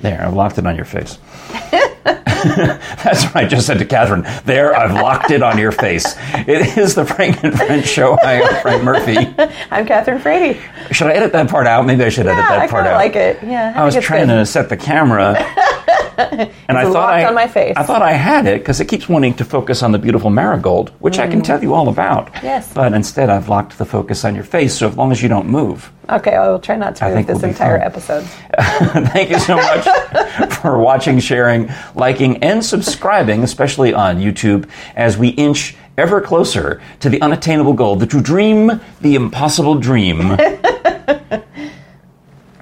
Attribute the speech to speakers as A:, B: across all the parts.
A: There, I've locked it on your face. That's what I just said to Catherine. There, I've locked it on your face. It is the Frank and Friends show. I am Frank Murphy.
B: I'm Catherine Frady.
A: Should I edit that part out? Maybe I should edit
B: Yeah,
A: that
B: I
A: part
B: kind of
A: out.
B: like it. Yeah,
A: I was trying to set the camera, and I thought
B: locked
A: I
B: on my face.
A: I thought I had it because it keeps wanting to focus on the beautiful marigold, which I can tell you all about.
B: Mm. Yes.
A: But instead, I've locked the focus on your face. So as long as you don't move,
B: to. Okay, I will try not to
A: think
B: move this
A: we'll be
B: entire
A: fine.
B: episode.
A: thank you so much for watching, sharing, liking, and subscribing, especially on YouTube, as we inch ever closer to the unattainable goal, the to dream the impossible dream.
B: Are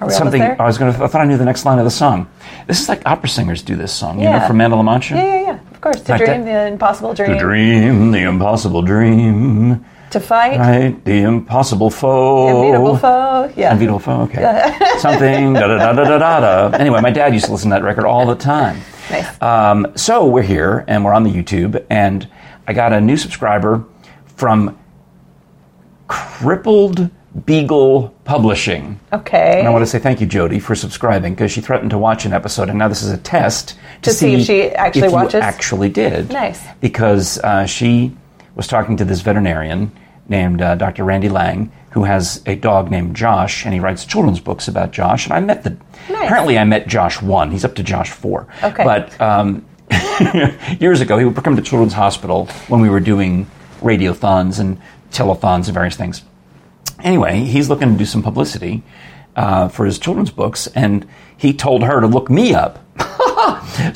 B: we
A: Something
B: almost
A: I
B: there?
A: was going to. I thought I knew the next line of the song. This is like opera singers do this song, you know,
B: Yeah.
A: from Manna La Mancha.
B: Yeah, yeah, yeah. Of course, to
A: Like
B: dream
A: that.
B: the impossible dream,
A: To dream the impossible dream,
B: to fight
A: right? Oh. The impossible foe.
B: a beautiful foe. Yeah,
A: Unbeatable foe, okay. Something, da da da da da da da. Anyway, my dad used to listen to that record all the time.
B: Nice.
A: Um, so we're here and we're on the YouTube, and I got a new subscriber from Crippled Beagle Publishing.
B: okay.
A: And I want to say thank you, Jody, for subscribing because she threatened to watch an episode, and now this is a test to,
B: To see if she actually
A: if you
B: watches?
A: actually did.
B: Nice.
A: Because uh, she was talking to this veterinarian named uh, Dr. Randy Lang, who has a dog named Josh, and he writes children's books about Josh. And I met the.
B: Nice.
A: Apparently, I met Josh one. He's up to Josh four.
B: Okay.
A: But um, years ago, he would come to Children's Hospital when we were doing radiothons and telethons and various things anyway, he's looking to do some publicity uh, for his children's books, and he told her to look me up.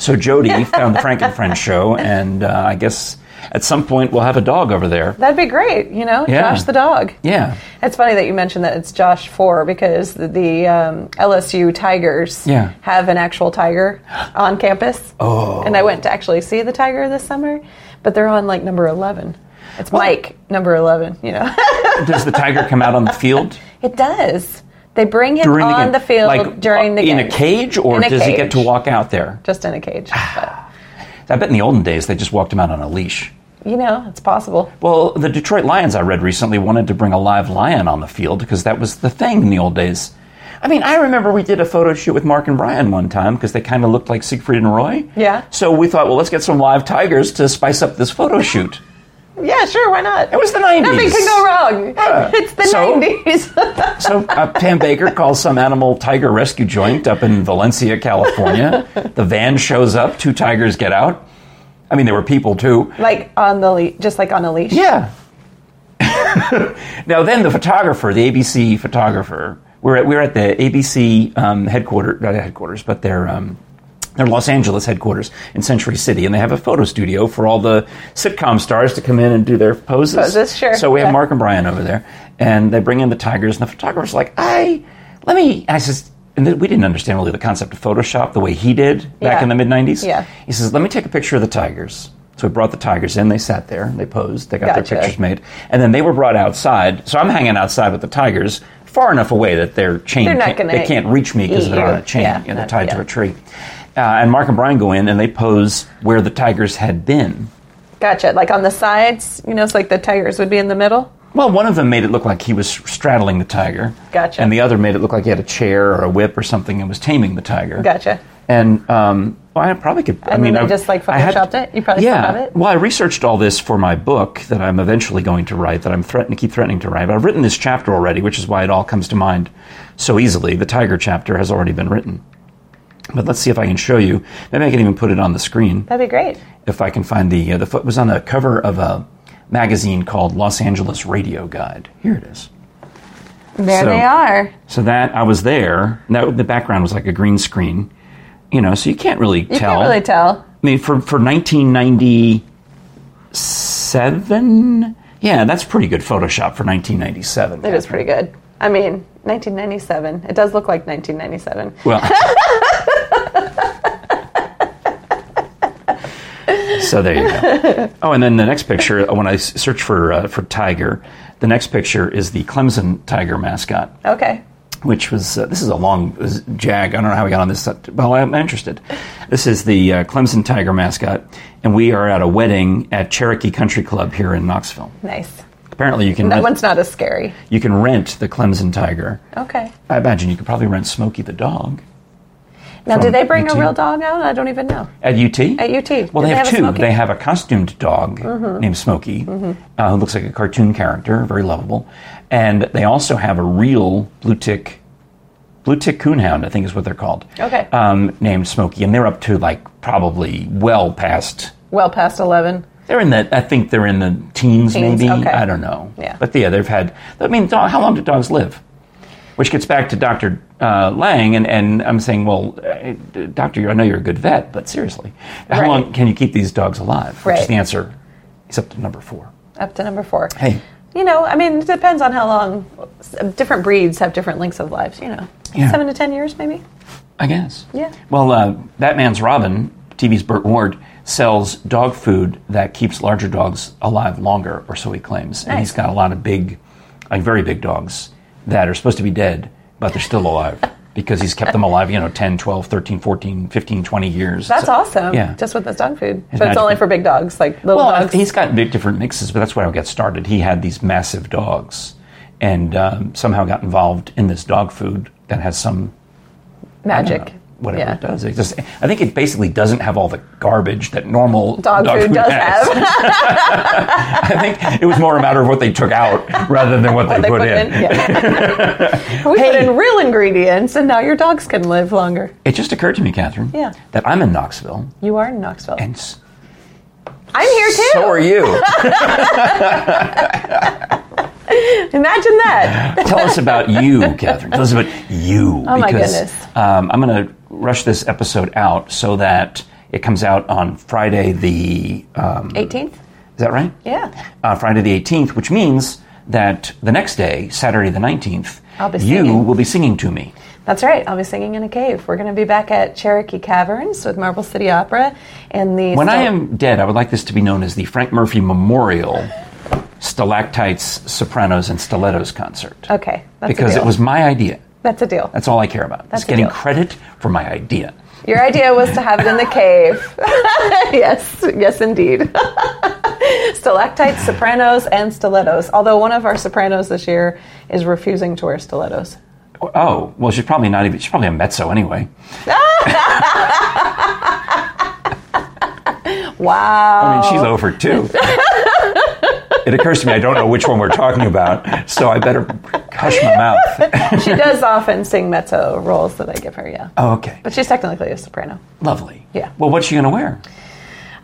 A: so Jody found the Frank and Friends show, and uh, I guess at some point we'll have a dog over there.
B: That'd be great, you know,
A: Yeah.
B: Josh the dog.
A: Yeah,
B: It's funny that you mentioned that it's Josh Four because the, the um, LSU Tigers
A: Yeah.
B: have an actual tiger on campus. Oh. And I went to actually see the tiger this summer, but they're on like number 11. It's Mike, number 11, you know.
A: does the tiger come out on the field
B: it does. They bring him
A: during
B: on
A: the game?
B: the field
A: like uh,
B: during the
A: in
B: game.
A: a cage, or
B: In a
A: does he get to Ah.
B: cage.
A: walk out there?
B: Just in a cage. But,
A: I bet in the olden days they just walked him out on a leash.
B: you know, it's possible.
A: Well, the Detroit Lions, I read recently, wanted to bring a live lion on the field because that was the thing in the old days. I mean, I remember we did a photo shoot with Mark and Brian one time because they kind of looked like Siegfried and Roy.
B: Yeah.
A: So we thought, well, let's get some live tigers to spice up this photo shoot.
B: Yeah, sure, why not?
A: It was the 90s.
B: Nothing can go wrong.
A: Yeah.
B: It's the
A: So-
B: 90s.
A: So uh, Pam Baker calls some animal tiger rescue joint up in Valencia, California. the van shows up, two tigers get out. I mean, there were people too.
B: like on the le- just like on a leash.
A: Yeah. now then, the photographer, the ABC photographer, we're at, we're at the ABC um, headquarters, not headquarters, but their um, their Los Angeles headquarters in Century City, and they have a photo studio for all the sitcom stars to come in and do their poses.
B: Poses, sure,
A: So we have
B: yeah.
A: Mark and Brian over there, and they bring in the tigers, and the photographer's like, "I let me," I says. And then we didn't understand really the concept of Photoshop the way he did back
B: Yeah.
A: in the mid 90s.
B: Yeah.
A: He says, Let me take a picture of the tigers. So we brought the tigers in, they sat there, they posed, they got
B: Gotcha.
A: their pictures made. And then they were brought outside. So I'm hanging outside with the tigers, far enough away that their chain
B: They're not
A: can't,
B: gonna
A: they can't reach me because
B: eat
A: they're
B: you.
A: on a chain.
B: Yeah,
A: you know, they're
B: not-
A: tied to
B: yeah.
A: a tree. Uh, and Mark and Brian go in and they pose where the tigers had been.
B: Gotcha. Like on the sides, you know, it's like the tigers would be in the middle.
A: Well, one of them made it look like he was straddling the tiger.
B: Gotcha.
A: And the other made it look like he had a chair or a whip or something and was taming the tiger.
B: Gotcha.
A: And um, well, I probably could. I
B: And
A: mean,
B: they
A: I've-
B: just, like,
A: I had-
B: photoshopped it? You probably still
A: yeah.
B: have it?
A: Well, I researched all this for my book that I'm eventually going to write. That I'm threatening, keep threatening to write. But I've written this chapter already, which is why it all comes to mind so easily. The tiger chapter has already been written. But let's see if I can show you. Maybe I can even put it on the screen
B: That'd be great.
A: if I can find the uh, the foot was on the cover of a magazine called Los Angeles Radio Guide. Here it is.
B: There
A: So-
B: they are.
A: So that I was there. and That the background was like a green screen. You know, so you can't really
B: You
A: tell.
B: can't really tell.
A: I mean, for for 1997, yeah, that's pretty good Photoshop for 1997.
B: It is pretty good. I mean, 1997. It does look like 1997.
A: Well. So there you go. Oh, and then the next picture, when I s- search for uh, for tiger, the next picture is the Clemson Tiger mascot.
B: Okay.
A: which was uh, this is a long this is jag. I don't know how we got on this. Well, I'm interested. This is the uh, Clemson Tiger mascot, and we are at a wedding at Cherokee Country Club here in Knoxville.
B: Nice.
A: Apparently, you can
B: That
A: rent,
B: one's not as scary.
A: you can rent the Clemson Tiger.
B: Okay.
A: I imagine you could probably rent Smokey the dog.
B: Now, do
A: from
B: they bring
A: UT?
B: a real dog out? I don't even know.
A: At UT?
B: At UT.
A: Well,
B: Do
A: they, have,
B: a Mm-hmm.
A: two.
B: Smokey?
A: They have a costumed dog named Smokey, uh, who looks like a cartoon character, very lovable. And they also have a real blue tick, blue tick coonhound, I think is what they're called.
B: Okay.
A: Um, named Smokey, and they're up to like probably well past.
B: well past 11.
A: They're in the. I think they're in the teens,
B: Teens,
A: maybe.
B: okay.
A: I don't know.
B: Yeah.
A: But yeah, they've had. I mean, dog, how long do dogs live? Which gets back to Doctor uh, Lang, and, and I'm saying, well, uh, Doctor, you- I know you're a good vet, but seriously, how
B: Right.
A: long can you keep these dogs alive? Which is
B: Right.
A: the answer is up to number four.
B: Up to number four.
A: Hey,
B: You know, I mean, it depends on how long. s- Different breeds have different lengths of lives, you know.
A: Yeah.
B: Seven to ten years, maybe?
A: I guess.
B: Yeah.
A: Well, uh, Batman's Robin, TV's Burt Ward, sells dog food that keeps larger dogs alive longer, or so he claims. And
B: Nice.
A: he's got a lot of big, like very big dogs that are supposed to be dead, but they're still alive because he's kept them alive, you know, 10, 12, 13, 14, 15, 20 years.
B: That's
A: So-
B: awesome.
A: Yeah.
B: Just with this dog food.
A: It's
B: but it's
A: magical.
B: only for big dogs, like little
A: well,
B: dogs.
A: he's got big different mixes, but that's where I got started. He had these massive dogs and um, somehow got involved in this dog food that has some
B: Magic.
A: Uh, whatever
B: Yeah.
A: it does. It just, I think it basically doesn't have all the garbage that normal
B: Dog, food does
A: has.
B: have.
A: I think it was more a matter of what they took out rather than what, they,
B: they
A: put,
B: put
A: in.
B: in. Yeah. we put
A: Hey.
B: in real ingredients, and now your dogs can live longer.
A: It just occurred to me, Catherine,
B: Yeah.
A: that I'm in Knoxville,
B: You are in Knoxville.
A: and s-
B: I'm here too.
A: so are you.
B: Imagine that.
A: Tell us about you, Catherine. Tell us about you.
B: Oh, my
A: because,
B: goodness.
A: Um, I'm going to rush this episode out so that it comes out on Friday. The um,
B: 18th?
A: is that right?
B: Yeah.
A: uh, Friday the 18th, which means that the next day, Saturday the 19th,
B: I'll be
A: you
B: singing.
A: will be singing to me.
B: That's right. I'll be singing in a cave. We're going to be back at Cherokee Caverns with Marble City Opera and the.
A: When I am dead, I would like this to be known as the Frank Murphy Memorial Stalactites, Sopranos, and Stilettos concert.
B: Okay. Uh, That's a
A: because
B: deal.
A: it was my idea.
B: That's a deal.
A: That's all I care about.
B: That's
A: is
B: a
A: getting
B: deal.
A: credit for my idea.
B: Your idea was to have it in the cave. yes, yes, indeed. Stalactites, sopranos, and stilettos. Although one of our sopranos this year is refusing to wear stilettos.
A: Oh, well, she's probably not even, she's probably a mezzo anyway.
B: Wow.
A: I mean, she's over two. it occurs to me I don't know which one we're talking about, so I better hush my mouth.
B: she does often sing mezzo roles that I give her, yeah.
A: Oh, okay.
B: But she's technically a soprano.
A: Lovely.
B: Yeah.
A: Well, what's she going to wear?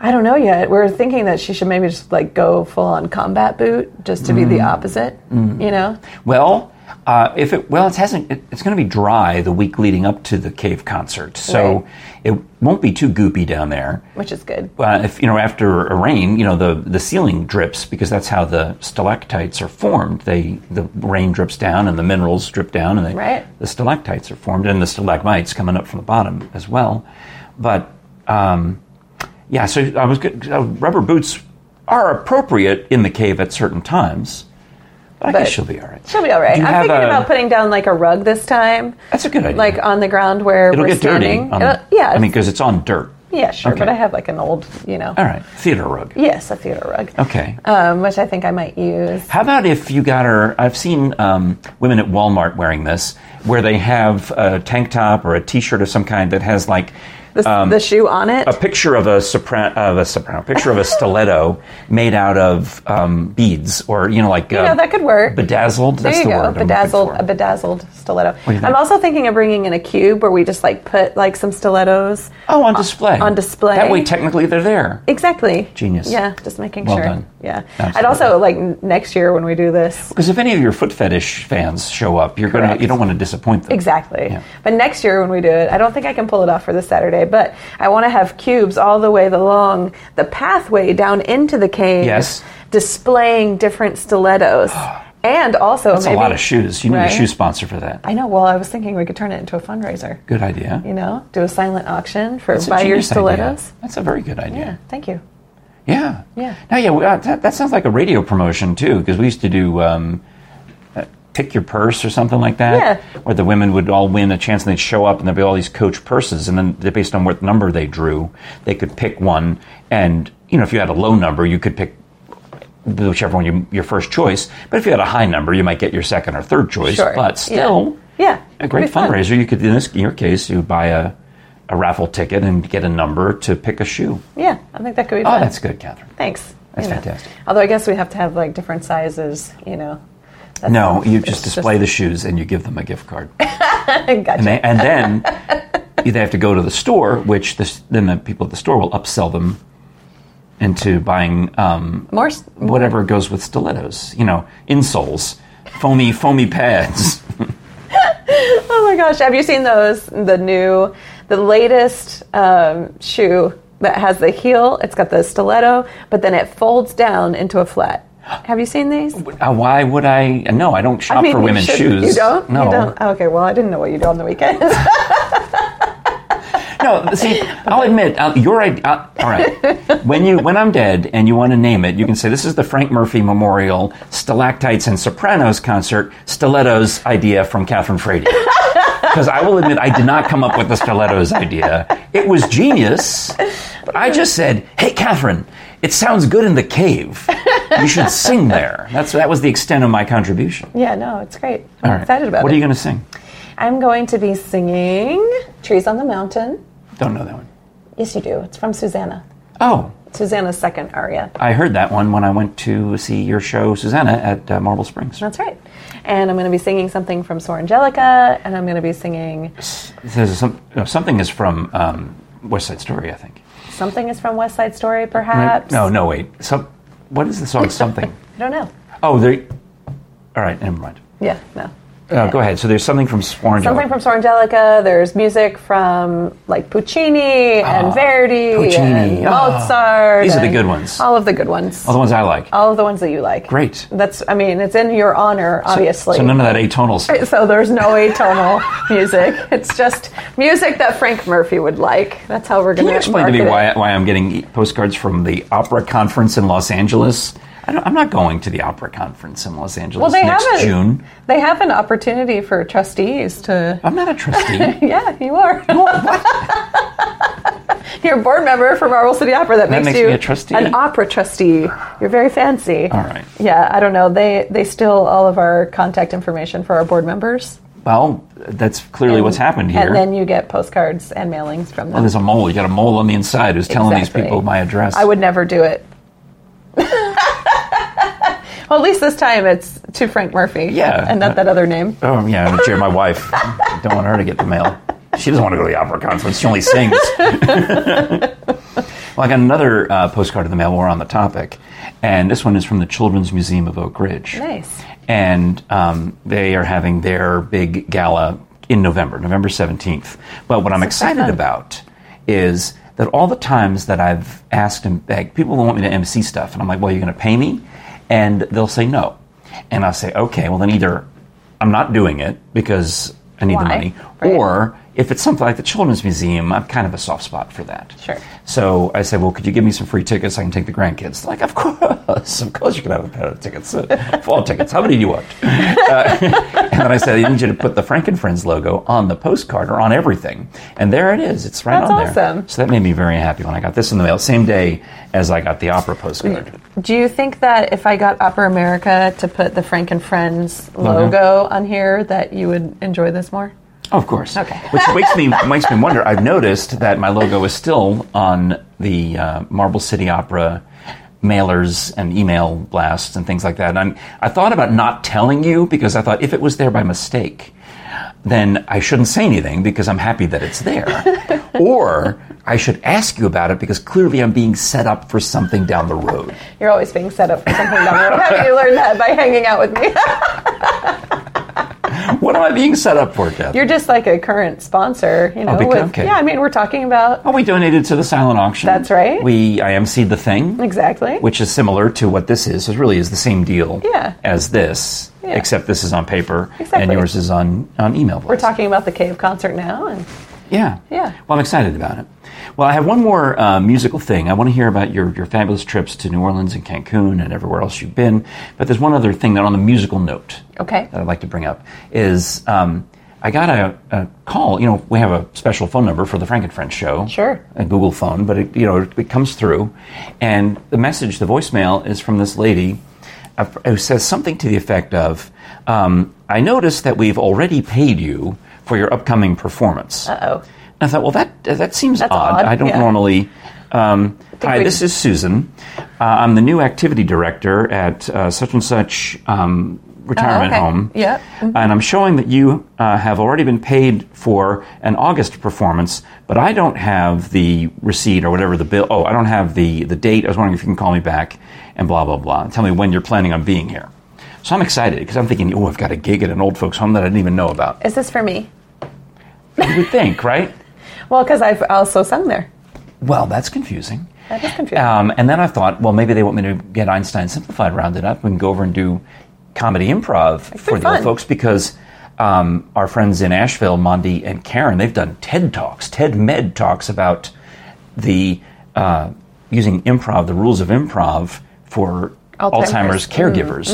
B: I don't know yet. We're thinking that she should maybe just like go full on combat boot just to be
A: Mm.
B: the opposite, you know?
A: Well, uh, if it well, it hasn't. It, it's going to be dry the week leading up to the cave concert, so
B: Right.
A: it won't be too goopy down there.
B: Which is good.
A: Uh, if you know, after a rain, you know the the ceiling drips because that's how the stalactites are formed. They the rain drips down and the minerals drip down, and they,
B: Right.
A: the stalactites are formed, and the stalagmites coming up from the bottom as well. But um, yeah, so I was good. Uh, rubber boots are appropriate in the cave at certain times. But I
B: But-
A: guess she'll be all right.
B: She'll be all right.
A: Do you
B: I'm
A: have
B: thinking
A: a-
B: about putting down like a rug this time.
A: That's a good idea.
B: Like on the ground where
A: It'll
B: we're
A: get
B: standing.
A: dirty. On,
B: It'll- yeah.
A: I mean, because it's on dirt.
B: yeah, sure. But
A: okay.
B: I have like an old, you know.
A: All right, theater rug.
B: Yes, a theater rug.
A: Okay.
B: Um, which I think I might use.
A: How about if you got her? I've seen um, women at Walmart wearing this, where they have a tank top or a T-shirt of some kind that has like
B: The, the shoe on it.
A: Um, a picture of a soprano, of a soprano, picture of a stiletto made out of um, beads, or you know, like you
B: know, that could work.
A: Bedazzled.
B: There
A: That's
B: you
A: the
B: go,
A: word. I'm looking
B: bedazzled,
A: for.
B: a bedazzled stiletto.
A: do you think?
B: I'm also thinking of bringing in a cube where we just like put like some stilettos.
A: oh, on display.
B: on display.
A: That way, technically, they're there.
B: Exactly.
A: Genius.
B: Yeah, just making
A: Well
B: sure.
A: done.
B: Yeah.
A: Absolutely.
B: I'd also like n- next year when we do this.
A: Because if any of your foot fetish fans show up, you're gonna
B: Correct.
A: you don't want to disappoint them.
B: Exactly.
A: Yeah.
B: But next year when we do it, I don't think I can pull it off for this Saturday, but I want to have cubes all the way along the pathway down into the cave.
A: Yes.
B: Displaying different stilettos. and also
A: That's a lot of shoes. You need
B: Right?
A: a shoe sponsor for that.
B: I know. Well, I was thinking we could turn it into a fundraiser.
A: Good idea.
B: You know, do a silent auction for
A: That's a
B: buy your
A: genius idea.
B: stilettos.
A: That's a very good
B: Yeah,
A: idea.
B: thank you.
A: Yeah.
B: Yeah.
A: Now, yeah, we, uh, that, that sounds like a radio promotion too, because we used to do um, uh, pick your purse or something like that,
B: Yeah.
A: where the women would all win a chance and they'd show up and there'd be all these coach purses, and then they- based on what number they drew, they could pick one, and you know, if you had a low number, you could pick whichever one you, your first choice, but if you had a high number, you might get your second or third choice,
B: Sure.
A: but
B: Yeah.
A: still.
B: Yeah.
A: A great
B: it'd be fun.
A: fundraiser. You could, in this in your case, you would buy a a raffle ticket and get a number to pick a shoe.
B: Yeah, I think that could be
A: Oh,
B: fun.
A: that's good, Catherine.
B: Thanks.
A: That's
B: You know.
A: fantastic.
B: Although I guess we have to have like different sizes, you know. That's
A: No, you
B: it's
A: just display the shoes and you give them a gift card.
B: gotcha.
A: And, they, and then they have to go to the store, which the, then the people at the store will upsell them into buying um,
B: More. s-
A: whatever goes with stilettos. You know, insoles, foamy, foamy pads.
B: Oh my gosh! Have you seen those? The new, the latest um, shoe that has the heel. It's got the stiletto, but then it folds down into a flat. Have you seen these?
A: Uh, why would I? No, I don't shop
B: I mean,
A: for
B: you
A: women's
B: shouldn't-
A: shoes.
B: You don't.
A: No,
B: You don't? Oh, Okay. Well, I didn't know what you do on the weekends.
A: no. See, I'll admit uh, your idea. Uh, all right, when you when I'm dead and you want to name it, you can say this is the Frank Murphy Memorial Stalactites and Sopranos concert stilettos idea from Catherine Frady. Because I will admit, I did not come up with the stilettos idea. It was genius. But I just said, "Hey, Catherine, it sounds good in the cave. You should sing there." That's that was the extent of my contribution.
B: yeah. No, it's great.
A: All
B: I'm
A: right.
B: excited about
A: what
B: it.
A: are you going to sing?
B: I'm going to be singing "Trees on the Mountain."
A: Don't know that one.
B: Yes, you do. It's from Susanna.
A: Oh,
B: Susanna's second aria.
A: I heard that one when I went to see your show, Susanna, at uh, Marble Springs.
B: That's right. And I'm going to be singing something from Sor Angelica, and I'm going to be singing
A: There's some, no, something is from um, West Side Story, I think.
B: something is from West Side Story, perhaps.
A: No, no, wait. Some, what is the song? Something.
B: I don't know.
A: Oh, there. All right, never mind.
B: Yeah, no.
A: Uh, go ahead. So there's something from Sworn
B: Something from Sor Angelica. There's music from like Puccini and Verdi
A: Ah, Puccini.
B: and
A: Ah.
B: Mozart.
A: These are the
B: and
A: good ones.
B: All of the good ones.
A: All the ones I like.
B: All of the ones that you like.
A: Great.
B: That's. I mean, it's in your honor, obviously.
A: So none of that atonal stuff.
B: So there's no atonal music. It's just music that Frank Murphy would like. That's how we're going
A: Can you explain to me
B: market it.
A: why, why I'm getting e, postcards from the opera conference in Los Angeles? I don't, I'm not going to the opera conference in Los Angeles
B: Well, they
A: next
B: haven't.
A: June.
B: They have an opportunity for trustees to.
A: I'm not a trustee.
B: Yeah, you are. You're a board member for Marble City Opera. That,
A: That
B: makes,
A: makes
B: you
A: me a trustee?
B: an opera trustee. You're very fancy.
A: All right.
B: Yeah, I don't know. They they steal all of our contact information for our board members.
A: Well, that's clearly what's happened here.
B: And then you get postcards and mailings from them.
A: There's a mole. You got a mole on the inside who's telling
B: Exactly.
A: these people my address.
B: I would never do it. well, at least this time it's to Frank Murphy.
A: Yeah.
B: And not that other name.
A: Oh yeah, I'm cheer my wife. Don't want her to get the mail. She doesn't want to go to the opera conference. She only sings. well, I got another uh, postcard in the mail. while We're on the topic, and this one is from the Children's Museum of Oak Ridge.
B: Nice.
A: And um, they are having their big gala in November, November seventeenth. But what I'm excited about is that all the times that I've asked and begged, people want me to MC stuff, and I'm like, "Well, you're going to pay me," and they'll say no, and I'll say, "Okay, well then either I'm not doing it because I need
B: Why?
A: the money,
B: Right.
A: or if it's something like the Children's Museum, I'm kind of a soft spot for that.
B: Sure.
A: So I said, well, could you give me some free tickets? I can take the grandkids. They're like, of course, of course you can have a pair of tickets, uh, fall tickets. How many do you want? Uh, and then I said, I need you to put the Frankenfriends logo on the postcard or on everything. And there it is. It's right
B: That's
A: on there.
B: awesome.
A: So that made me very happy when I got this in the mail, same day as I got the opera postcard.
B: Do you think that if I got Opera America to put the Frank and Friends
A: Uh-huh.
B: logo on here, that you would enjoy this more?
A: Oh, of course.
B: Okay.
A: Which makes me makes me wonder. I've noticed that my logo is still on the uh, Marble City Opera mailers and email blasts and things like that. And I'm, I thought about not telling you because I thought if it was there by mistake, then I shouldn't say anything because I'm happy that it's there. or I should ask you about it because clearly I'm being set up for something down the road.
B: You're always being set up for something down the road. Have you learned that by hanging out with me?
A: What am I being set up for, Jeff?
B: You're just like a current sponsor, you know.
A: because-
B: with-
A: okay.
B: Yeah, I mean, we're talking about
A: Well, Oh, we donated to the silent auction.
B: That's right.
A: We I emceed the thing.
B: exactly.
A: which is similar to what this is. It really is the same deal
B: Yeah.
A: as this,
B: Yeah.
A: except this is on paper and
B: Exactly.
A: yours is on, on email.
B: we're talking about the Cave concert now, and
A: Yeah.
B: Yeah.
A: Well, I'm excited about it. Well, I have one more uh, musical thing. I want to hear about your, your fabulous trips to New Orleans and Cancun and everywhere else you've been. But there's one other thing that on the musical note
B: okay,
A: that I'd like to bring up is um, I got a, a call. You know, we have a special phone number for the Frank and Friends show.
B: Sure.
A: A Google phone, but it, you know, it, it comes through, and the message, the voicemail, is from this lady uh, who says something to the effect of, um, "I noticed that we've already paid you for your upcoming performance."
B: Uh-oh.
A: I thought, well, that that seems
B: That's
A: odd.
B: odd,
A: I don't
B: yeah.
A: normally. Um,
B: think
A: hi,
B: we-
A: this is Susan. Uh, I'm the new activity director at uh, such and such um, retirement
B: Oh, okay.
A: home.
B: Yeah. Mm-hmm.
A: And I'm showing that you uh, have already been paid for an August performance, but I don't have the receipt or whatever the bill. Oh, I don't have the, the date. I was wondering if you can call me back and blah, blah, blah. Tell me when you're planning on being here. So I'm excited because I'm thinking, oh, I've got a gig at an old folks home that I didn't even know about.
B: Is this for me?
A: You would think, right?
B: Well, because I've also sung there.
A: Well, that's confusing.
B: That is confusing.
A: Um, and then I thought, well, maybe they want me to get Einstein Simplified rounded up and go over and do comedy improv for the
B: fun.
A: old folks because um, our friends in Asheville, Mondi and Karen, they've done TED Talks, TED Med Talks about the uh, using improv, the rules of improv for
B: Alzheimer's. Mm-hmm,
A: Alzheimer's,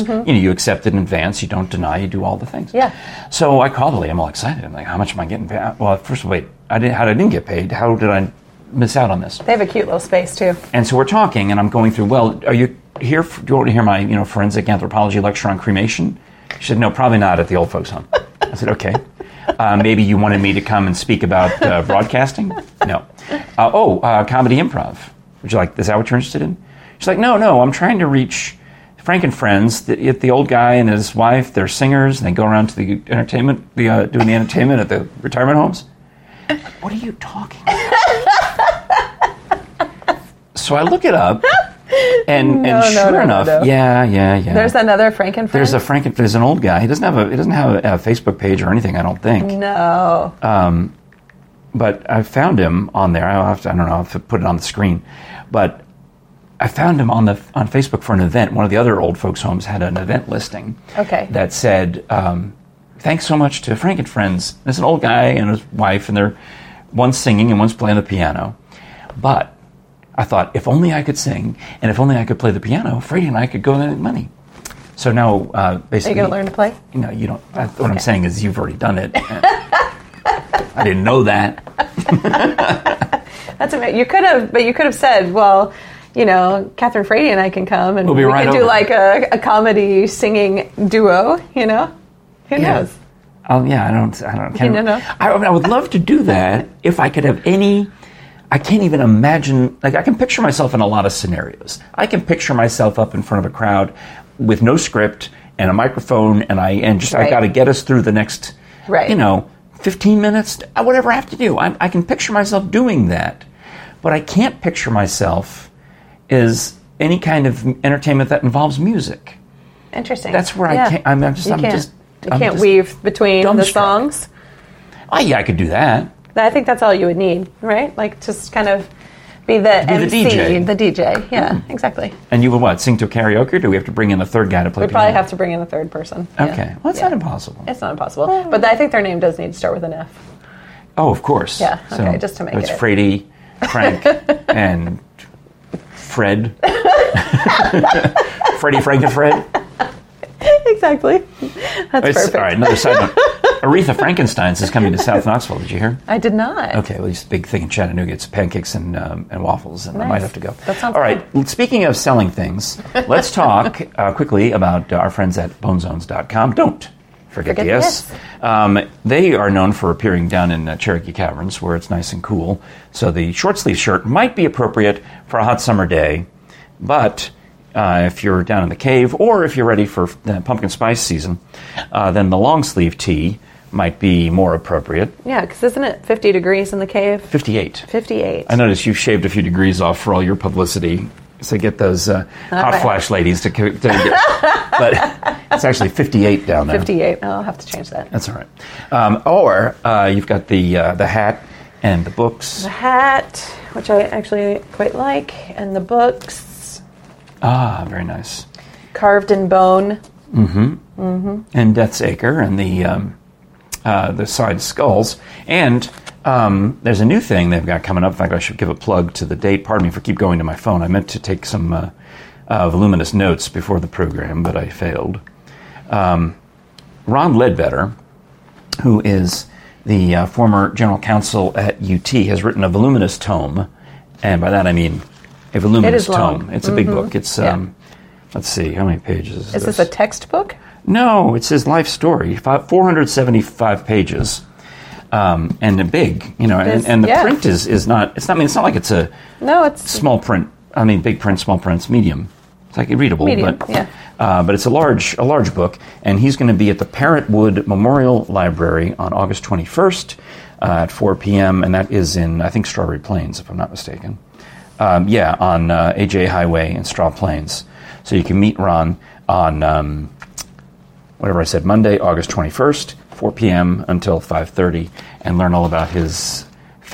A: caregivers. You know, you accept it in advance, you don't deny, you do all the things.
B: Yeah.
A: So I call the lady. I'm all excited. I'm like, how much am I getting paid? Well, first wait, I didn't, how did I didn't get paid? How did I miss out on this?
B: they have a cute little space too.
A: And so we're talking, and I'm going through. Well, are you here? For, do you want to hear my, you know, forensic anthropology lecture on cremation? She said, No, probably not at the old folks' home. I said, Okay. Uh, maybe you wanted me to come and speak about uh, broadcasting? No. Uh, oh, uh, comedy improv. Would you like? Is that what you're interested in? She's like, No, no. I'm trying to reach Frank and Friends. The, the old guy and his wife. They're singers, and they go around to the entertainment, the uh, doing the entertainment at the retirement homes. What are you talking about? so I look it up, and, and
B: No, no,
A: sure
B: no, no,
A: enough,
B: no.
A: yeah, yeah, yeah.
B: There's another Frankenfriend.
A: There's a Frank. There's an old guy. He doesn't have a. He doesn't have a, a Facebook page or anything. I don't think.
B: no.
A: But I found him on there. I have to. I don't know if I put it on the screen, but I found him on the on Facebook for an event. One of the other old folks' homes had an event listing.
B: Okay.
A: That said, um, thanks so much to Frank and Friends. There's an old guy and his wife, and they're one's singing and one's playing the piano. But I thought, if only I could sing, and if only I could play the piano, Freddie and I could go and make money. So now, uh,
B: Are you
A: basically,
B: gonna learn to play?
A: no, you don't. I, what I'm saying is, you've already done it. I didn't know that.
B: That's amazing. You could have, but you could have said, well, you know, Catherine Frady and I can come and
A: We'll be
B: we
A: right
B: can do
A: over.
B: like a, a comedy singing duo, you know? Who
A: Yeah.
B: knows?
A: Oh yeah, I don't. I don't. Can,
B: No, no.
A: I, I mean, I would love to do that if I could have any. I can't even imagine. Like I can picture myself in a lot of scenarios. I can picture myself up in front of a crowd with no script and a microphone, and I and just I
B: Right.
A: got to get us through the next.
B: Right.
A: You know, fifteen minutes, uh, whatever I have to do. I, I can picture myself doing that, but I can't picture myself as any kind of entertainment that involves music.
B: Interesting.
A: That's where I
B: Yeah.
A: can't- I'm- I'm just-
B: You
A: I'm
B: can't,
A: just-
B: you
A: I'm
B: can't
A: just
B: weave between the
A: dumbstruck.
B: songs.
A: Oh yeah, I could do that.
B: I think that's all you would need, right? Like just kind of be
A: Be
B: the
A: the Mm-hmm.
B: MC,
A: DJ.
B: the DJ. Yeah, exactly.
A: And you would what? Sing to karaoke? Or do we have to bring in a third guy to play?
B: We'd probably have to bring in a third person. Yeah.
A: Okay, well, it's
B: Yeah.
A: not impossible.
B: It's not impossible, but I think their name does need to start with an F.
A: Oh, of course.
B: Yeah, okay, just to make
A: it's
B: it-
A: It's Frady, Frank, and Fred. Freddy, Frank, and Fred.
B: exactly. That's
A: It's-
B: perfect.
A: All right, another side note. Aretha Frankenstein's is coming to South Knoxville. Did you hear?
B: I did not.
A: Okay, well, this big thing in Chattanooga. It's pancakes and, um, and waffles, and I might
B: Nice.
A: have to go.
B: That sounds
A: All right, l- speaking of selling things, let's talk uh, quickly about uh, our friends at bonezones.com. Don't forget,
B: Forget
A: the
B: the
A: S. Um, they are known for appearing down in uh, Cherokee Caverns where it's nice and cool. So the short sleeve shirt might be appropriate for a hot summer day, but. Uh, if you're down in the cave, or if you're ready for the pumpkin spice season, uh, then the long sleeve tee might be more appropriate.
B: Yeah, because isn't it 50 degrees in the cave?
A: 58.
B: 58.
A: I noticed you've shaved a few degrees off for all your publicity. So get those uh, hot
B: right.
A: flash ladies to, co- to get, but it's actually 58 down there.
B: 58. I'll have to change that.
A: That's all right. Um, or uh, you've got the uh, the hat and the books.
B: The hat, which I actually quite like, and the books,
A: Ah, very nice.
B: carved in bone.
A: And Death's Acre and the um, uh, the side skulls. And um, there's a new thing they've got coming up. In fact, I should give a plug to the date. Pardon me for keep going to my phone. I meant to take some uh, uh, voluminous notes before the program, but I failed. Um, Ron Ledbetter, who is the uh, former general counsel at UT, has written a voluminous tome, and by that I mean a voluminous
B: It is long. Mm-hmm.
A: tome. It's a big book. It's
B: Yeah.
A: um, let's see how many pages is,
B: Is this a textbook?
A: no, it's his life story. Fi- 475 pages. um, and a big, you know,
B: This-
A: and, and the
B: yeah.
A: print is, is not. It's not. I mean, it's not like it's a
B: No, it's
A: small print. I mean, big print, small print's medium. It's like readable,
B: Medium,
A: but
B: yeah.
A: uh, but it's a large a large book, and he's going to be at the Parrotwood Memorial Library on August 21st uh, at 4 p.m. and that is in I think Strawberry Plains, if I'm not mistaken. Um, yeah, on uh, AJ Highway in Straw Plains, so you can meet Ron on um, whatever I said Monday, August 21st, 4 p.m. until 5:30, and learn all about his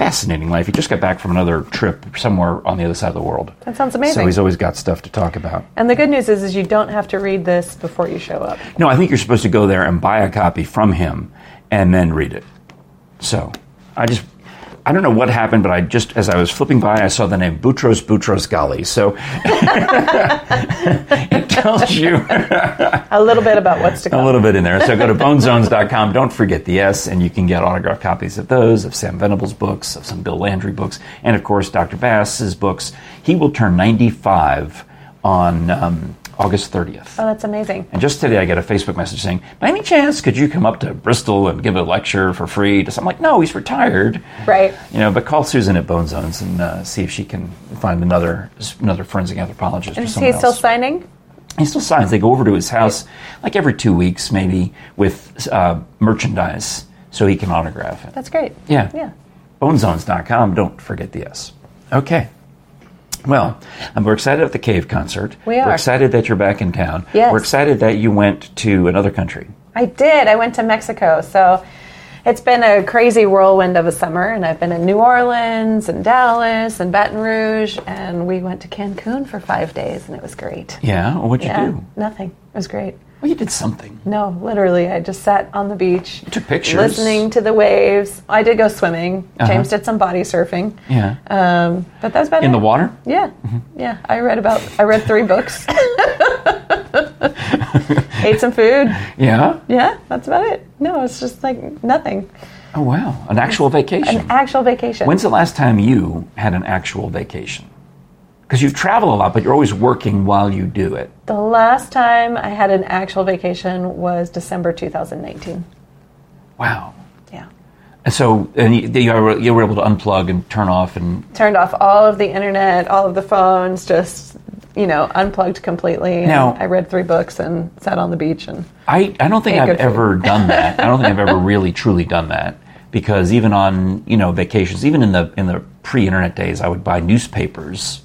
A: fascinating life. He just got back from another trip somewhere on the other side of the world.
B: That sounds amazing.
A: So he's always got stuff to talk about.
B: and the good news is, is you don't have to read this before you show up.
A: No, I think you're supposed to go there and buy a copy from him and then read it. So I just. I don't know what happened, but I just, as I was flipping by, I saw the name Boutros Boutros Ghali. So it tells you
B: A little bit about what's to come.
A: a little bit in there. So go to bonezones.com. Don't forget the S, and you can get autographed copies of those, of Sam Venables' books, of some Bill Landry books, and of course Dr. Bass's books. He will turn 95 on um, August 30th.
B: Oh, that's amazing.
A: And just today, I get a Facebook message saying, "By any chance, could you come up to Bristol and give a lecture for free?" To some-" I'm like, "No, he's retired."
B: Right.
A: You know, but call Susan at Bone Zones and uh, see if she can find another another forensic anthropologist. or
B: Is
A: someone
B: he still
A: else
B: signing?
A: he still signs. They go over to his house like every two weeks, maybe with uh, merchandise, so he can autograph it.
B: That's great.
A: Yeah.
B: Yeah.
A: Bonezones.com. Don't forget the S. Okay. Well, um, we're excited at the Cave concert.
B: We are.
A: We're excited that you're back in town.
B: Yes.
A: We're excited that you went to another country.
B: I did. I went to Mexico. So it's been a crazy whirlwind of a summer, and I've been in New Orleans and Dallas and Baton Rouge, and we went to Cancun for five days, and it was great.
A: Yeah. Well, what'd you
B: Yeah,
A: do?
B: nothing. It was great.
A: Well, you did something.
B: No, literally, I just sat on the beach,
A: took pictures.
B: listening to the waves. I did go swimming. James did some body surfing.
A: Yeah.
B: Um, but that's about
A: Uh, in
B: it.
A: the Mm-hmm. water.
B: Yeah, yeah. I read about. I read three books. Ate some food.
A: Yeah.
B: Yeah, that's about it. No, it's just like nothing.
A: Oh wow, an actual vacation.
B: An actual vacation.
A: When's the last time you had an actual vacation? Because you travel a lot, but you're always working while you do it.
B: the last time I had an actual vacation was December 2019.
A: Wow.
B: Yeah.
A: So and you, you, were, you were able to unplug and turn off and
B: Turned off all of the internet, all of the phones, just you know, unplugged completely. And
A: Now-
B: I read three books and sat on the beach and
A: I, I don't think
B: Yeah,
A: I've
B: good for you.
A: ever done that. I don't think I've ever really truly done that because even on you know vacations, even in the in the pre-internet days, I would buy newspapers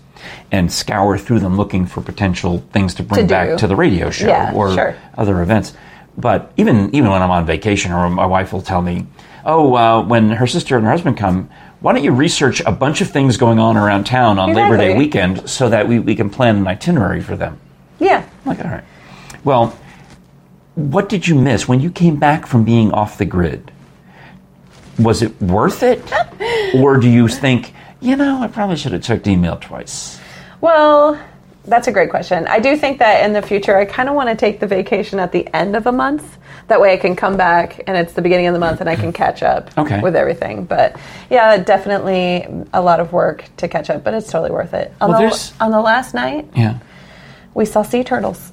A: and scour through them looking for potential things to bring
B: To
A: back
B: do.
A: to the radio show
B: Yeah,
A: or
B: sure.
A: other events. But even even when I'm on vacation, or my wife will tell me, "Oh, uh, when her sister and her husband come." Why don't you research a bunch of things going on around town on Labor Day
B: Exactly.
A: weekend so that we, we can plan an itinerary for them?
B: yeah.
A: I'm like, all right. Well, what did you miss when you came back from being off the grid? Was it worth it, or do you think you know I probably should have checked email twice?
B: Well, that's a great question. I do think that in the future, I kind of want to take the vacation at the end of a month. That way, I can come back and it's the beginning of the month and I can catch up
A: Okay.
B: with everything. But yeah, definitely a lot of work to catch up, but it's totally worth it. On,
A: Well,
B: the,
A: there's-
B: on the last night,
A: Yeah.
B: we saw sea turtles,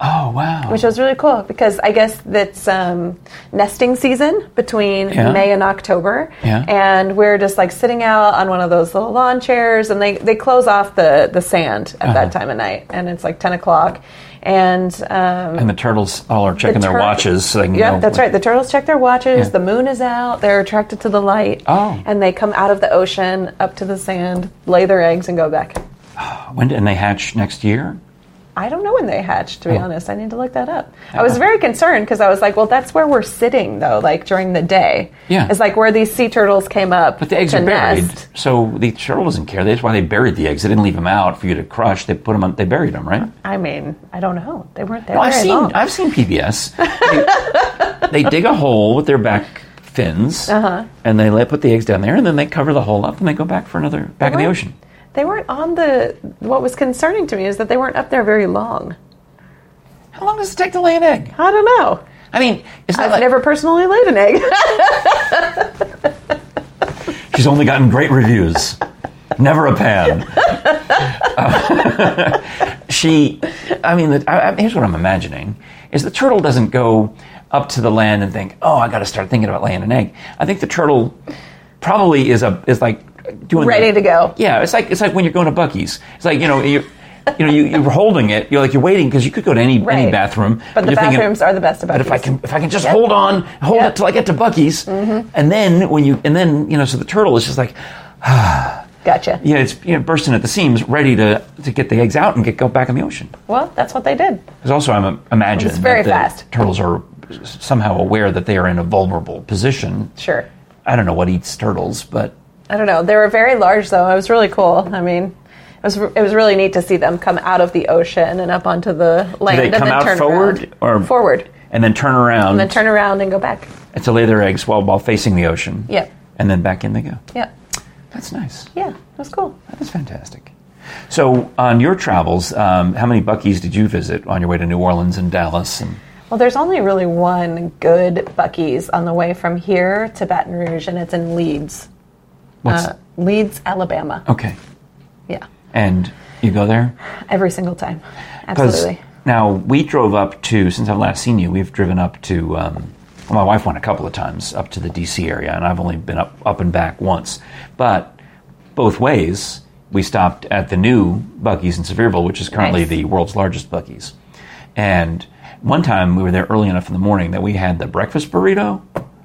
A: Oh wow.
B: which was really cool because I guess that's um, nesting season between
A: Yeah.
B: May and October.
A: Yeah.
B: And we're just like sitting out on one of those little lawn chairs, and they, they close off the, the sand at that
A: Uh-huh.
B: time of night, and it's like 10 o'clock. And um,
A: and the turtles all are checking their
B: tur-
A: watches so they can
B: yeah,
A: know
B: that's
A: what-
B: right. The turtles check their watches.
A: Yeah.
B: The moon is out. They're attracted to the light.
A: Oh.
B: And they come out of the ocean up to the sand, lay their eggs, and go back.
A: When and they hatch next year.
B: I don't know when they hatched,
A: Oh.
B: to be honest. I need to look that up. I was very concerned because I was like, well, that's where we're sitting, though, like during the day.
A: Yeah.
B: It's like where these sea turtles came up.
A: But the eggs
B: to
A: are buried,
B: nest.
A: so the turtle doesn't care. That's why they buried the eggs. They didn't leave them out for you to crush. They put them. On, they buried them, right?
B: I mean, I don't know. They weren't there.
A: I've
B: very
A: seen
B: long.
A: I've seen PBS. They, they dig a hole with their back fins,
B: Uh-huh.
A: and they let, put the eggs down there, and then they cover the hole up, and they go back for another back in the
B: Right.
A: ocean.
B: They weren't on the. What was concerning to me is that they weren't up there very long.
A: How long does it take to lay an egg?
B: I don't know.
A: I mean, it's not
B: I've
A: like
B: never personally laid an egg.
A: she's only gotten great reviews. Never a pan. she, I mean, the, I, I- here's what I'm imagining: is the turtle doesn't go. up to the land and think, oh, I got to start thinking about laying an egg. I think the turtle probably is a is like doing
B: Ready
A: the-
B: to go.
A: Yeah, it's like it's like when you're going to Bucky's. It's like you know you you know you, you're holding it. You're like you're waiting because you could go to any any
B: Right.
A: bathroom.
B: But the
A: you're thinking,
B: bathrooms are the best about
A: But if I
B: these.
A: can if I can just hold on, hold
B: Yep. Mm-hmm.
A: it till I get to Bucky's, and then when you and then you know so the turtle is just like
B: Gotcha.
A: yeah it's you know, bursting at the seams, ready to to get the eggs out and get go back in the ocean.
B: Well, that's what they did.
A: Because also, I'm imagine
B: It's very
A: that the
B: fast.
A: turtles are somehow aware that they are in a vulnerable position.
B: Sure.
A: I don't know what eats turtles, but
B: I don't know. They were very large, though. It was really cool. I mean, it was it was really neat to see them come out of the ocean and up onto the land.
A: they
B: and
A: come
B: then
A: out
B: turn
A: forward
B: around.
A: or-
B: forward,
A: and then turn around
B: and then turn around and go back.
A: to lay their eggs while while facing the ocean.
B: Yep.
A: And then back in they go.
B: Yeah,
A: That's nice.
B: yeah, it was cool.
A: That's fantastic. So, on your travels, um, how many Buckies did you visit on your way to New Orleans and Dallas? And
B: Well, there's only really one good Bucky's on the way from here to Baton Rouge, and it's in Leeds,
A: what's Oh.
B: uh, Leeds, Alabama.
A: okay?
B: Yeah,
A: And you go there
B: every single time,
A: 'Cause
B: absolutely.
A: now we drove up to since I've last seen you, we've driven up to. Um, well, my wife went a couple of times up to the D.C. area, and I've only been up up and back once. But both ways, we stopped at the new Bucky's in Sevierville, which is currently
B: Nice.
A: the world's largest Bucky's. And one time we were there early enough in the morning that we had the breakfast burrito.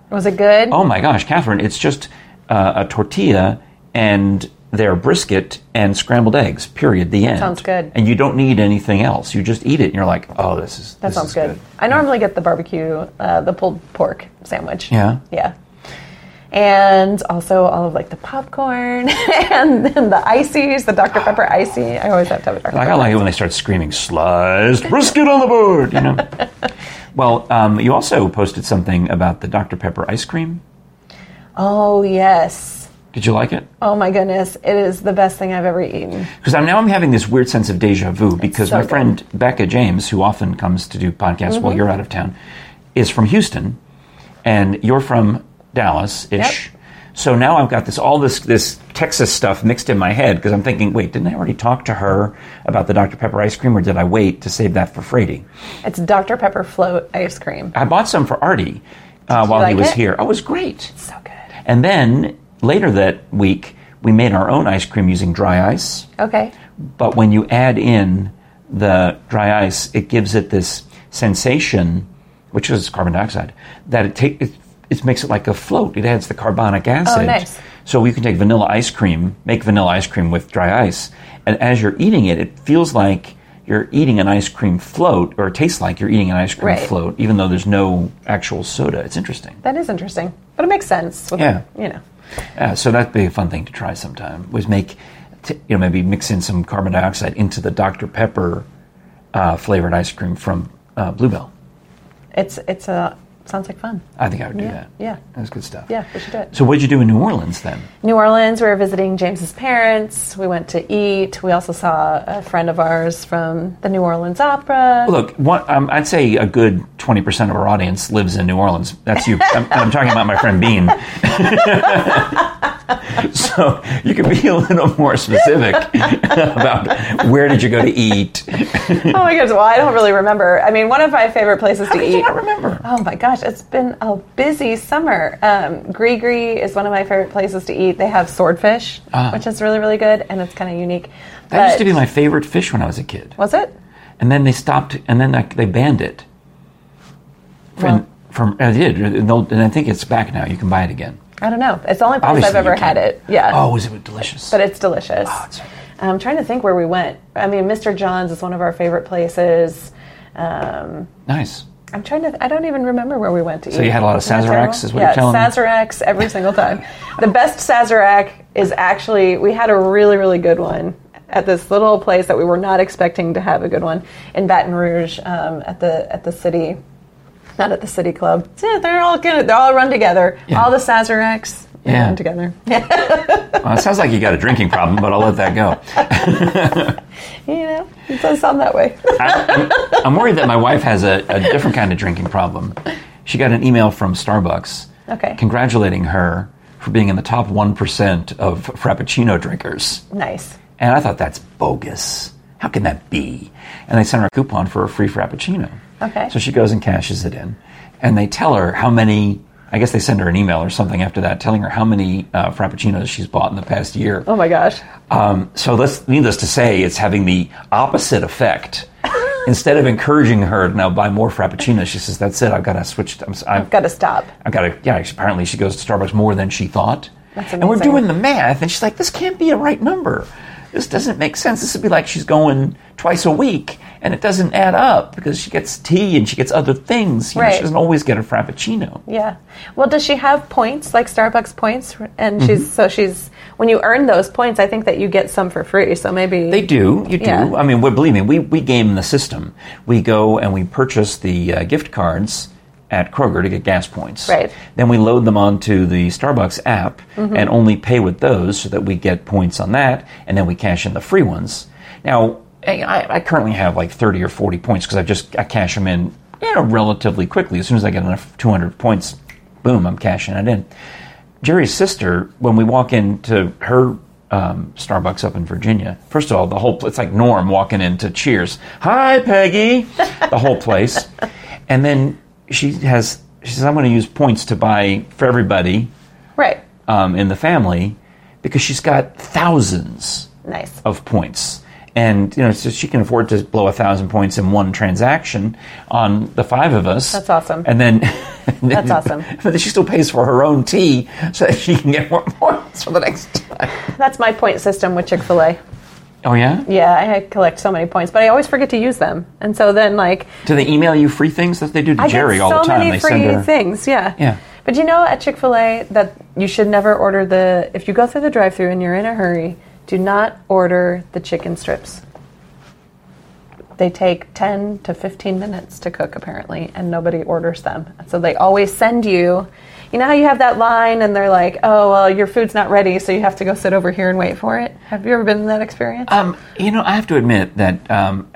B: Was it good?
A: Oh my gosh, Catherine, it's just uh, a tortilla and their brisket and scrambled eggs. Period. The end.
B: Sounds good.
A: And you don't need anything else. You just eat it, and you're like, oh, this is
B: that
A: this
B: sounds
A: is
B: good. I normally get the barbecue, uh, the pulled pork sandwich.
A: Yeah.
B: Yeah. And also all of like the popcorn and then the ices, the Dr. Pepper icy. I always have to have a Dr.
A: Like
B: Pepper.
A: I like it when they start screaming, "Sliced brisket on the board!" You know. well, um, you also posted something about the Dr Pepper ice cream.
B: Oh, yes.
A: Did you like it?
B: Oh my goodness. It is the best thing I've ever eaten.
A: Because I'm now I'm having this weird sense of deja vu because
B: so
A: my
B: good. Mm-hmm.
A: friend Becca James, who often comes to do podcasts while you're out of town, is from Houston, and you're from Dallas ish. So now I've got this all this this Texas stuff mixed in my head because I'm thinking, wait, didn't I already talk to her about the Dr Pepper ice cream, or did I wait to save that for Frady?
B: It's Dr. Pepper float ice cream.
A: I bought some for Artie uh, while he
B: like
A: was
B: it?
A: here. Oh, it was great.
B: So good.
A: And then later that week, we made our own ice cream using dry ice.
B: Okay.
A: But when you add in the dry ice, it gives it this sensation, which is carbon dioxide, that it take it, it makes it like a float. It adds the carbonic acid.
B: Oh, nice.
A: So you can take vanilla ice cream, make vanilla ice cream with dry ice, and as you're eating it, it feels like you're eating an ice cream float, or it tastes like you're eating an ice cream
B: Right.
A: float, even though there's no actual soda. It's interesting.
B: That is interesting. But it makes sense. With,
A: Yeah.
B: You know.
A: Yeah, Uh, so that'd be a fun thing to try sometime. Was make, t- you know, maybe mix in some carbon dioxide into the Dr Pepper uh, flavored ice cream from uh, Bluebell.
B: It's, it's a, sounds like fun.
A: I think I would do
B: Yeah,
A: that.
B: yeah.
A: that's good stuff.
B: Yeah, we should do it.
A: So what'd you do in New Orleans then?
B: New Orleans, we were visiting James's parents. We went to eat. We also saw a friend of ours from the New Orleans Opera.
A: Look, one, um, I'd say a good twenty percent of our audience lives in New Orleans. That's you. I'm, I'm talking about my friend Bean. so you could be a little more specific about where did you go to eat.
B: Oh my goodness! Well, I don't really remember. I mean, one of my favorite places to
A: I do
B: eat.
A: not remember.
B: Oh my gosh, it's been a busy summer. Um, Gree Gree is one of my favorite places to eat. They have swordfish, which is really really good, and it's kind of unique.
A: That Ah. used to be my favorite fish when I was a kid.
B: was it?
A: and then they stopped, and then like, they banned it. From, from I did, and they'll- and I think it's back now. You can buy it again.
B: I don't know. It's the only place
A: Obviously,
B: I've
A: you
B: ever
A: can.
B: had it. Yeah,
A: Oh, was it delicious?
B: but it's delicious.
A: Ah, it's so good.
B: I'm trying to think where we went. I mean, Mr. John's is one of our favorite places. Um,
A: nice.
B: I'm trying to. I don't even remember where we went to eat. So
A: you had a lot of Sazeracs, is what
B: yeah,
A: you're telling me?
B: Sazeracs every single time. the best Sazerac is actually we had a really really good one at this little place that we were not expecting to have a good one in Baton Rouge um, at the at the city, not at the city club. Yeah, they're all good. They're all run together.
A: Yeah.
B: All the Sazeracs
A: Yeah.
B: run together.
A: Well, it sounds like you got a drinking problem, but I'll let that go.
B: you know, it does sound that way.
A: I'm worried that my wife has a, a different kind of drinking problem. She got an email from Starbucks
B: Okay.
A: congratulating her for being in the top 1% of Frappuccino drinkers.
B: nice.
A: And I thought, that's bogus. How can that be? And they sent her a coupon for a free Frappuccino.
B: Okay.
A: So she goes and cashes it in. and they tell her how many. I guess they send her an email or something after that, telling her how many uh, frappuccinos she's bought in the past year.
B: Oh my gosh.
A: Um, so let's, needless to say, it's having the opposite effect. Instead of encouraging her to now buy more frappuccinos, she says, "That's it. I've got to switch. I'm, s- I've,
B: Got to stop.
A: I've got to." Yeah, apparently she goes to Starbucks more than she thought.
B: That's
A: And we're
B: amazing.
A: doing the math, and she's like, "This can't be a right number. This doesn't make sense. This would be like she's going twice a week, and it doesn't add up because she gets tea and she gets other things. You know,
B: Right.
A: she doesn't always get a frappuccino."
B: Yeah. Well, does she have points like Starbucks points? And she's so she's when you earn those points, I think that you get some for free. So maybe
A: They do. You do.
B: Yeah.
A: I mean, we, believe me, we, we game the system. We go and we purchase the uh, gift cards at Kroger to get gas points.
B: Right. Mm-hmm.
A: Then we load them onto the Starbucks app and only pay with those so that we get points on that, and then we cash in the free ones. Now, I- I, I currently have like 30 or 40 points because I just I cash them in you know, relatively quickly. As soon as I get enough 200 points, boom, I'm cashing it in. Jerry's sister, when we walk into her um, Starbucks up in Virginia, first of all, the whole pl- it's like Norm walking into Cheers. Hi, Peggy. The whole place, and then she has she says, "I'm going to use points to buy for everybody
B: right.
A: um, in the family," because she's got thousands
B: Nice.
A: of points. And you know, so she can afford to blow a thousand points in one transaction on the five of us.
B: That's awesome.
A: And then
B: That's awesome.
A: But then she still pays for her own tea so that she can get more points for the next time.
B: That's my point system with Chick Fil A.
A: Oh yeah?
B: Yeah, I collect so many points, but I always forget to use them, and so then like
A: Do they email you free things that they do to
B: I
A: Jerry
B: get
A: all
B: so
A: the time?
B: many
A: they
B: free
A: send her
B: things. Yeah.
A: Yeah.
B: But you know, at Chick Fil A, that you should never order the. If you go through the drive-through and you're in a hurry, do not order the chicken strips. They take ten to fifteen minutes to cook, apparently, and nobody orders them. So they always send you. You know how you have that line, and they're like, "Oh, well, your food's not ready, so you have to go sit over here and wait for it." Have you ever been in that experience?
A: Um, you know, I have to admit that um,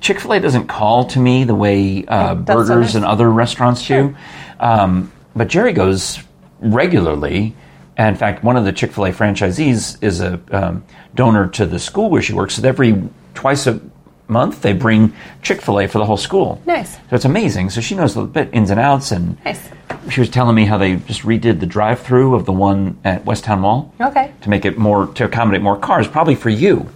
A: Chick Fil A doesn't call to me the way uh,
B: that's so
A: burgers
B: nice.
A: and other restaurants do. Um, but Jerry goes regularly. And in fact, one of the Chick Fil A franchisees is a um, donor to the school where she works. So every twice a month, they bring Chick Fil A for the whole school.
B: Nice.
A: So it's amazing. So she knows the bit ins and outs. And
B: Nice.
A: she was telling me how they just redid the drive-through of the one at West Town Mall
B: okay.
A: to make it more to accommodate more cars, probably for you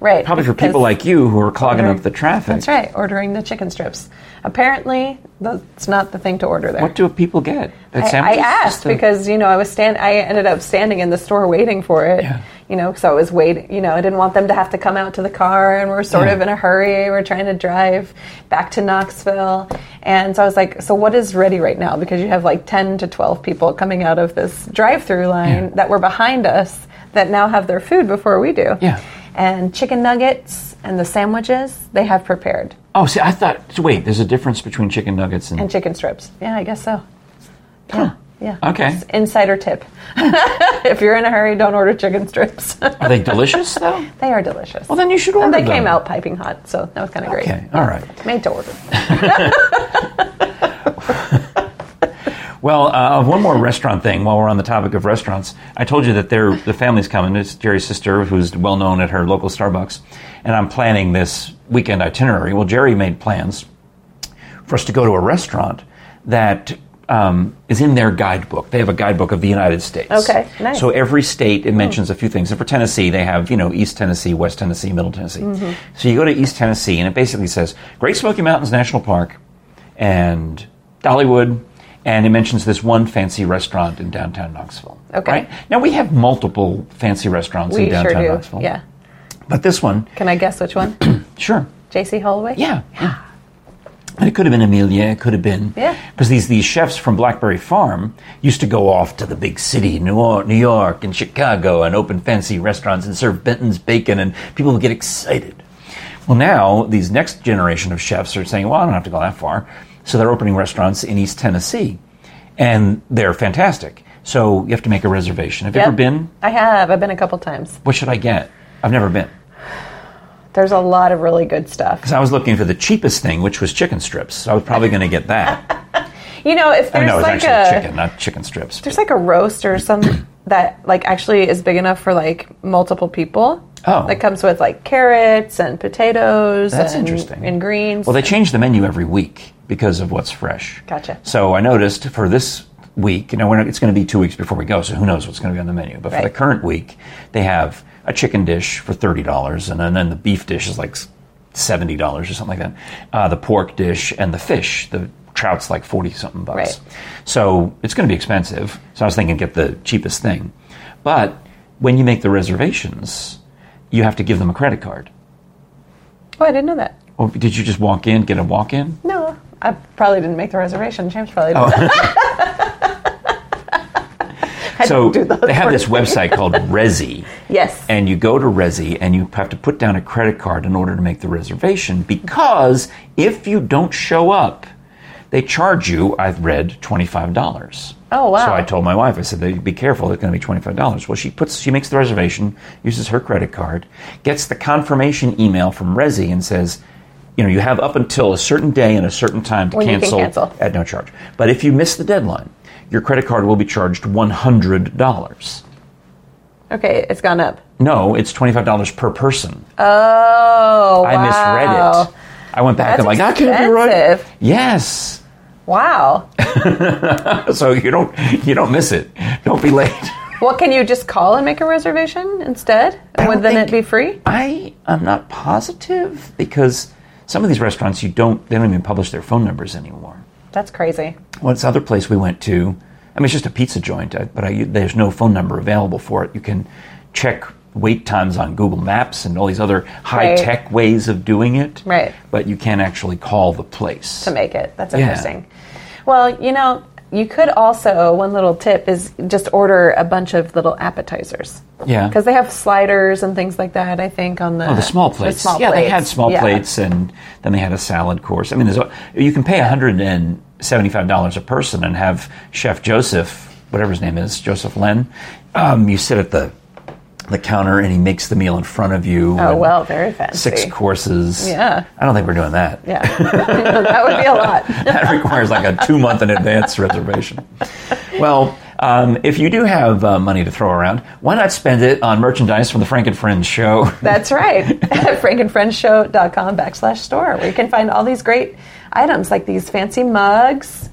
B: Right.
A: probably for people
B: because-
A: like you who are clogging up the traffic.
B: That's right, ordering the chicken strips. Apparently, that's not the thing to order there.
A: What do people get? That
B: I, I
A: sandwiches?
B: asked
A: Just a-
B: because you know I was stand. I ended up standing in the store waiting for it.
A: Yeah.
B: You know, so I was waiting. You know, I didn't want them to have to come out to the car, and we're sort
A: Yeah.
B: of in a hurry. We're trying to drive back to Knoxville, and so I was like, "So what is ready right now?" Because you have like ten to twelve people coming out of this drive-through line
A: Yeah.
B: that were behind us that now have their food before we do.
A: Yeah.
B: And chicken nuggets and the sandwiches they have prepared.
A: oh, see, I thought. So wait, there's a difference between chicken nuggets and.
B: And chicken strips. Yeah, I guess so. Yeah. Yeah.
A: Okay.
B: Just insider tip. if you're in a hurry, don't order chicken strips.
A: Are they delicious though?
B: they are delicious.
A: Well, then you should order
B: and they
A: them.
B: came out piping hot, so that was kind of great.
A: Okay, all right.
B: Made to order.
A: Well, uh, one more restaurant thing while we're on the topic of restaurants. I told you that they're, the family's coming. It's Jerry's sister, who's well known at her local Starbucks, and I'm planning this weekend itinerary. Well, Jerry made plans for us to go to a restaurant that um, is in their guidebook. They have a guidebook of the United States.
B: Okay, nice.
A: So every state it
B: Hmm.
A: mentions a few things. And for Tennessee, they have you know East Tennessee, West Tennessee, Middle Tennessee. So you go to East Tennessee, and it basically says Great Smoky Mountains National Park and Dollywood, and it mentions this one fancy restaurant in downtown Knoxville.
B: Okay.
A: Right? Now we have multiple fancy restaurants
B: We
A: in downtown
B: sure do.
A: Knoxville.
B: Yeah.
A: But this one,
B: Can I guess which one?
A: sure.
B: J.C. Holloway.
A: Yeah. yeah. And it could have been Amelia. It could have been
B: Yeah.
A: because these these chefs from Blackberry Farm used to go off to the big city, New York, New York and Chicago, and open fancy restaurants and serve Benton's bacon, and people would get excited. Well, now these next generation of chefs are saying, "Well, I don't have to go that far," so they're opening restaurants in East Tennessee, and they're fantastic. So you have to make a reservation. Have you
B: Yep.
A: ever been?
B: I have. I've been a couple times.
A: What should I get? I've never been.
B: There's a lot of really good stuff.
A: So I was looking for the cheapest thing, which was chicken strips. So I was probably going to get that.
B: You know, if
A: I
B: there's
A: know it's
B: like
A: actually
B: a
A: chicken, not chicken strips.
B: there's like a roast or some that like actually is big enough for like multiple people.
A: Oh.
B: That comes with like carrots and potatoes.
A: That's
B: and,
A: interesting.
B: And greens.
A: Well, they change the menu every week because of what's fresh.
B: Gotcha.
A: So I noticed for this week, you know, we're not, it's going to be two weeks before we go, so who knows what's going to be on the menu. But for
B: Right.
A: the current week, they have a chicken dish for $30, and then, then the beef dish is like s- $70 or something like that. Uh, the pork dish and the fish, the trout's like 40 something bucks.
B: Right.
A: So it's going to be expensive. So I was thinking get the cheapest thing. But when you make the reservations, you have to give them a credit card.
B: oh, I didn't know that.
A: Or did you just walk in, get a walk in?
B: No, I probably didn't make the reservation. James probably did.
A: Oh. so
B: do those
A: they have
B: sort
A: this
B: of
A: website called Resi,
B: Yes.
A: and you go to Resi and you have to put down a credit card in order to make the reservation because if you don't show up, they charge you, I've read, $25.
B: Oh, wow.
A: So I told my wife, I said, "Be careful. It's going to be twenty-five dollars." Well, she puts, she makes the reservation, uses her credit card, gets the confirmation email from Resi, and says, "You know, you have up until a certain day and a certain time to
B: When you can
A: cancel,
B: cancel.
A: at no charge. But if you miss the deadline, your credit card will be charged one hundred dollars.
B: okay, it's gone up.
A: No, it's twenty-five dollars per person.
B: Oh, wow.
A: I misread it. I went back.
B: That's
A: I'm like, that can't be right.
B: expensive.
A: Yes.
B: Wow.
A: So you don't you don't miss it. Don't be late.
B: well, can you just call and make a reservation instead?
A: I don't
B: Would then it be
A: think-
B: free?
A: I am not positive because some of these restaurants you don't they don't even publish their phone numbers anymore.
B: That's crazy.
A: What's the other place we went to? I mean, it's just a pizza joint, I- but I, there's no phone number available for it. You can check wait times on Google Maps and all these other high tech ways of doing it.
B: Right.
A: But you can't actually call the place.
B: to make it. That's interesting. Well, you know, you could also one little tip is just order a bunch of little appetizers.
A: Yeah.
B: Because they have sliders and things like that. I think on the
A: Oh, the small plates.
B: small
A: yeah, they had
B: plates.
A: small
B: Yeah.
A: plates, and then they had a salad course. I mean, there's a, you can pay hundred and seventy-five dollars a person and have Chef Joseph, whatever his name is, Joseph Len. Um, you sit at the the counter, and he makes the meal in front of you.
B: Oh
A: and
B: well, very fancy.
A: Six courses.
B: Yeah.
A: I don't think we're doing that.
B: Yeah, that would be a lot.
A: that requires like a two month in advance reservation. Well, um, if you do have uh, money to throw around, why not spend it on merchandise from the Frank and Friends show?
B: That's right. Frankandfriendshow.com backslash store, where you can find all these great items like these fancy mugs.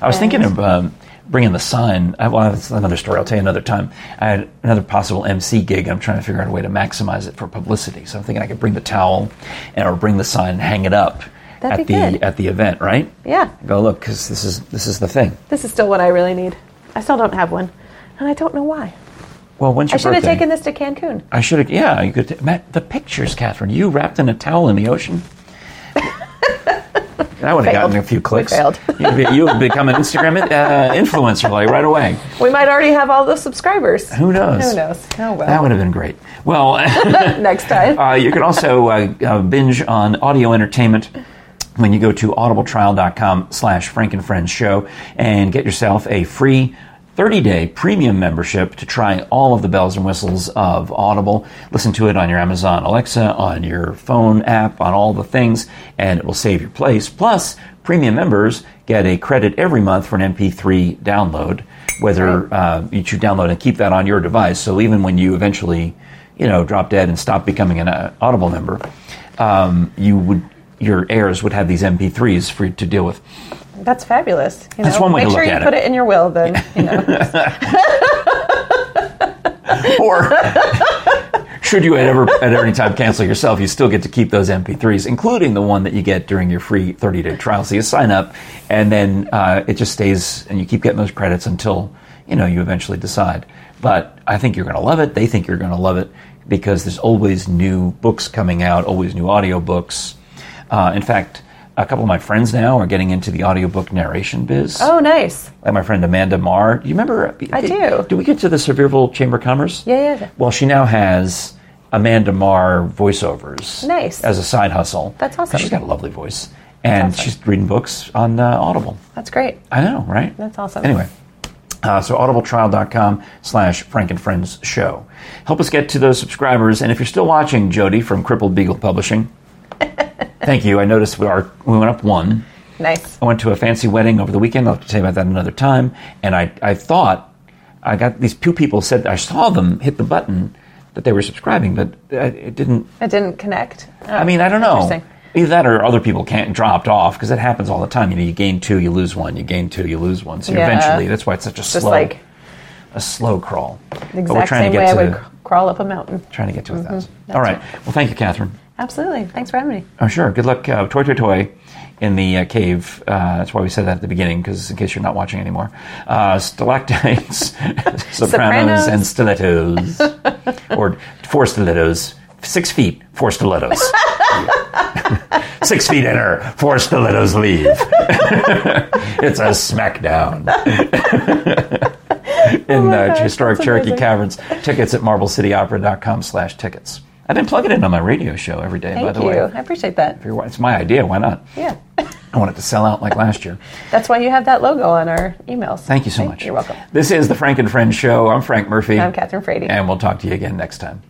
A: I was thinking of um, bringing the sign. I, well, that's another story. I'll tell you another time. I had another possible MC gig. I'm trying to figure out a way to maximize it for publicity. So I'm thinking I could bring the towel and or bring the sign and hang it up
B: That'd
A: at
B: be
A: the
B: good.
A: at the event, right?
B: Yeah,
A: Go look because this is this is the thing.
B: this is still what I really need. I still don't have one, and I don't know why.
A: Well, when's
B: I
A: your
B: should have
A: birthday?
B: taken this to Cancun.
A: I should have. Yeah, you could. Matt, the pictures, Catherine. You wrapped in a towel in the ocean. I would have
B: Failed.
A: gotten a few clicks.
B: failed.
A: You'd, be, you would become an Instagram uh, influencer like right away.
B: We might already have all those subscribers.
A: Who knows?
B: Who knows? Oh
A: That
B: well.
A: would have been great. Well.
B: Next time.
A: Uh, you can also uh, uh, binge on audio entertainment when you go to audibletrial.com slash frankenfriendshow and get yourself a free 30-day premium membership to try all of the bells and whistles of audible listen to it on your amazon alexa on your phone app on all the things and it will save your place plus premium members get a credit every month for an mp3 download whether uh, you should download and keep that on your device so even when you eventually you know, drop dead and stop becoming an uh, Audible member, um, you would your heirs would have these MP3s for you to deal with.
B: That's fabulous. You
A: That's
B: know,
A: one way
B: Make
A: to
B: sure
A: look
B: you
A: at it.
B: put it in your will, then. You know.
A: Or should you at ever at any time cancel yourself, you still get to keep those MP3s, including the one that you get during your free 30 day trial. So you sign up, and then uh, it just stays, and you keep getting those credits until you know you eventually decide. But I think you're going to love it. They think you're going to love it because there's always new books coming out, always new audio books. Uh, in fact, a couple of my friends now are getting into the audiobook narration biz.
B: oh, nice.
A: Like my friend Amanda Marr. Do you remember?
B: I do.
A: Do we get to the Sevierville Chamber of Commerce?
B: Yeah, yeah.
A: Well, she now has Amanda Marr voiceovers.
B: Nice.
A: As a side hustle.
B: That's awesome.
A: She's got a lovely voice. And
B: awesome.
A: she's reading books on uh, Audible.
B: That's great.
A: I know, right?
B: That's awesome.
A: Anyway, uh, so audibletrial.com slash Frank and Friends show. Help us get to those subscribers. And if you're still watching, Jody from Crippled Beagle Publishing, thank you. I noticed we, are, we went up one.
B: Nice.
A: I went to a fancy wedding over the weekend. I'll have to tell you about that another time. And I, I thought, I got these two people said, I saw them hit the button that they were subscribing, but uh, it didn't.
B: It didn't connect.
A: I mean, I don't know.
B: Interesting.
A: Either that or other people can't dropped off because it happens all the time. You know, you gain two, you lose one. You gain two, you lose one. So
B: Yeah.
A: eventually, that's why it's such a
B: Just
A: slow,
B: like
A: a slow crawl.
B: the exact same way I would cr- crawl up a mountain.
A: trying to get to a 1000
B: That's
A: All right.
B: right.
A: Well, thank you, Catherine.
B: Absolutely. Thanks for having me.
A: Oh, sure. Good luck, uh, toy, toy, toy, in the uh, cave. Uh, that's why we said that at the beginning, because in case you're not watching anymore, uh, stalactites, sopranos,
B: Sopranos.
A: and stilettos, or four stilettos, six feet, four stilettos. Six feet enter, four stilettos leave. it's a smackdown. In
B: Oh my
A: uh,
B: gosh,
A: historic
B: that's
A: Cherokee
B: amazing.
A: Caverns, tickets at marblecityoperacom slash tickets. I've been plugging it on my radio show every day, by
B: Thank
A: the
B: you.
A: way.
B: I appreciate that.
A: You're right. It's my idea. Why not?
B: Yeah.
A: I want it to sell out like last year.
B: That's why you have that logo on our emails.
A: Thank you so much.
B: You're welcome.
A: This is the Frank and Friends Show. I'm Frank Murphy.
B: I'm Catherine Frady.
A: And we'll talk to you again next time.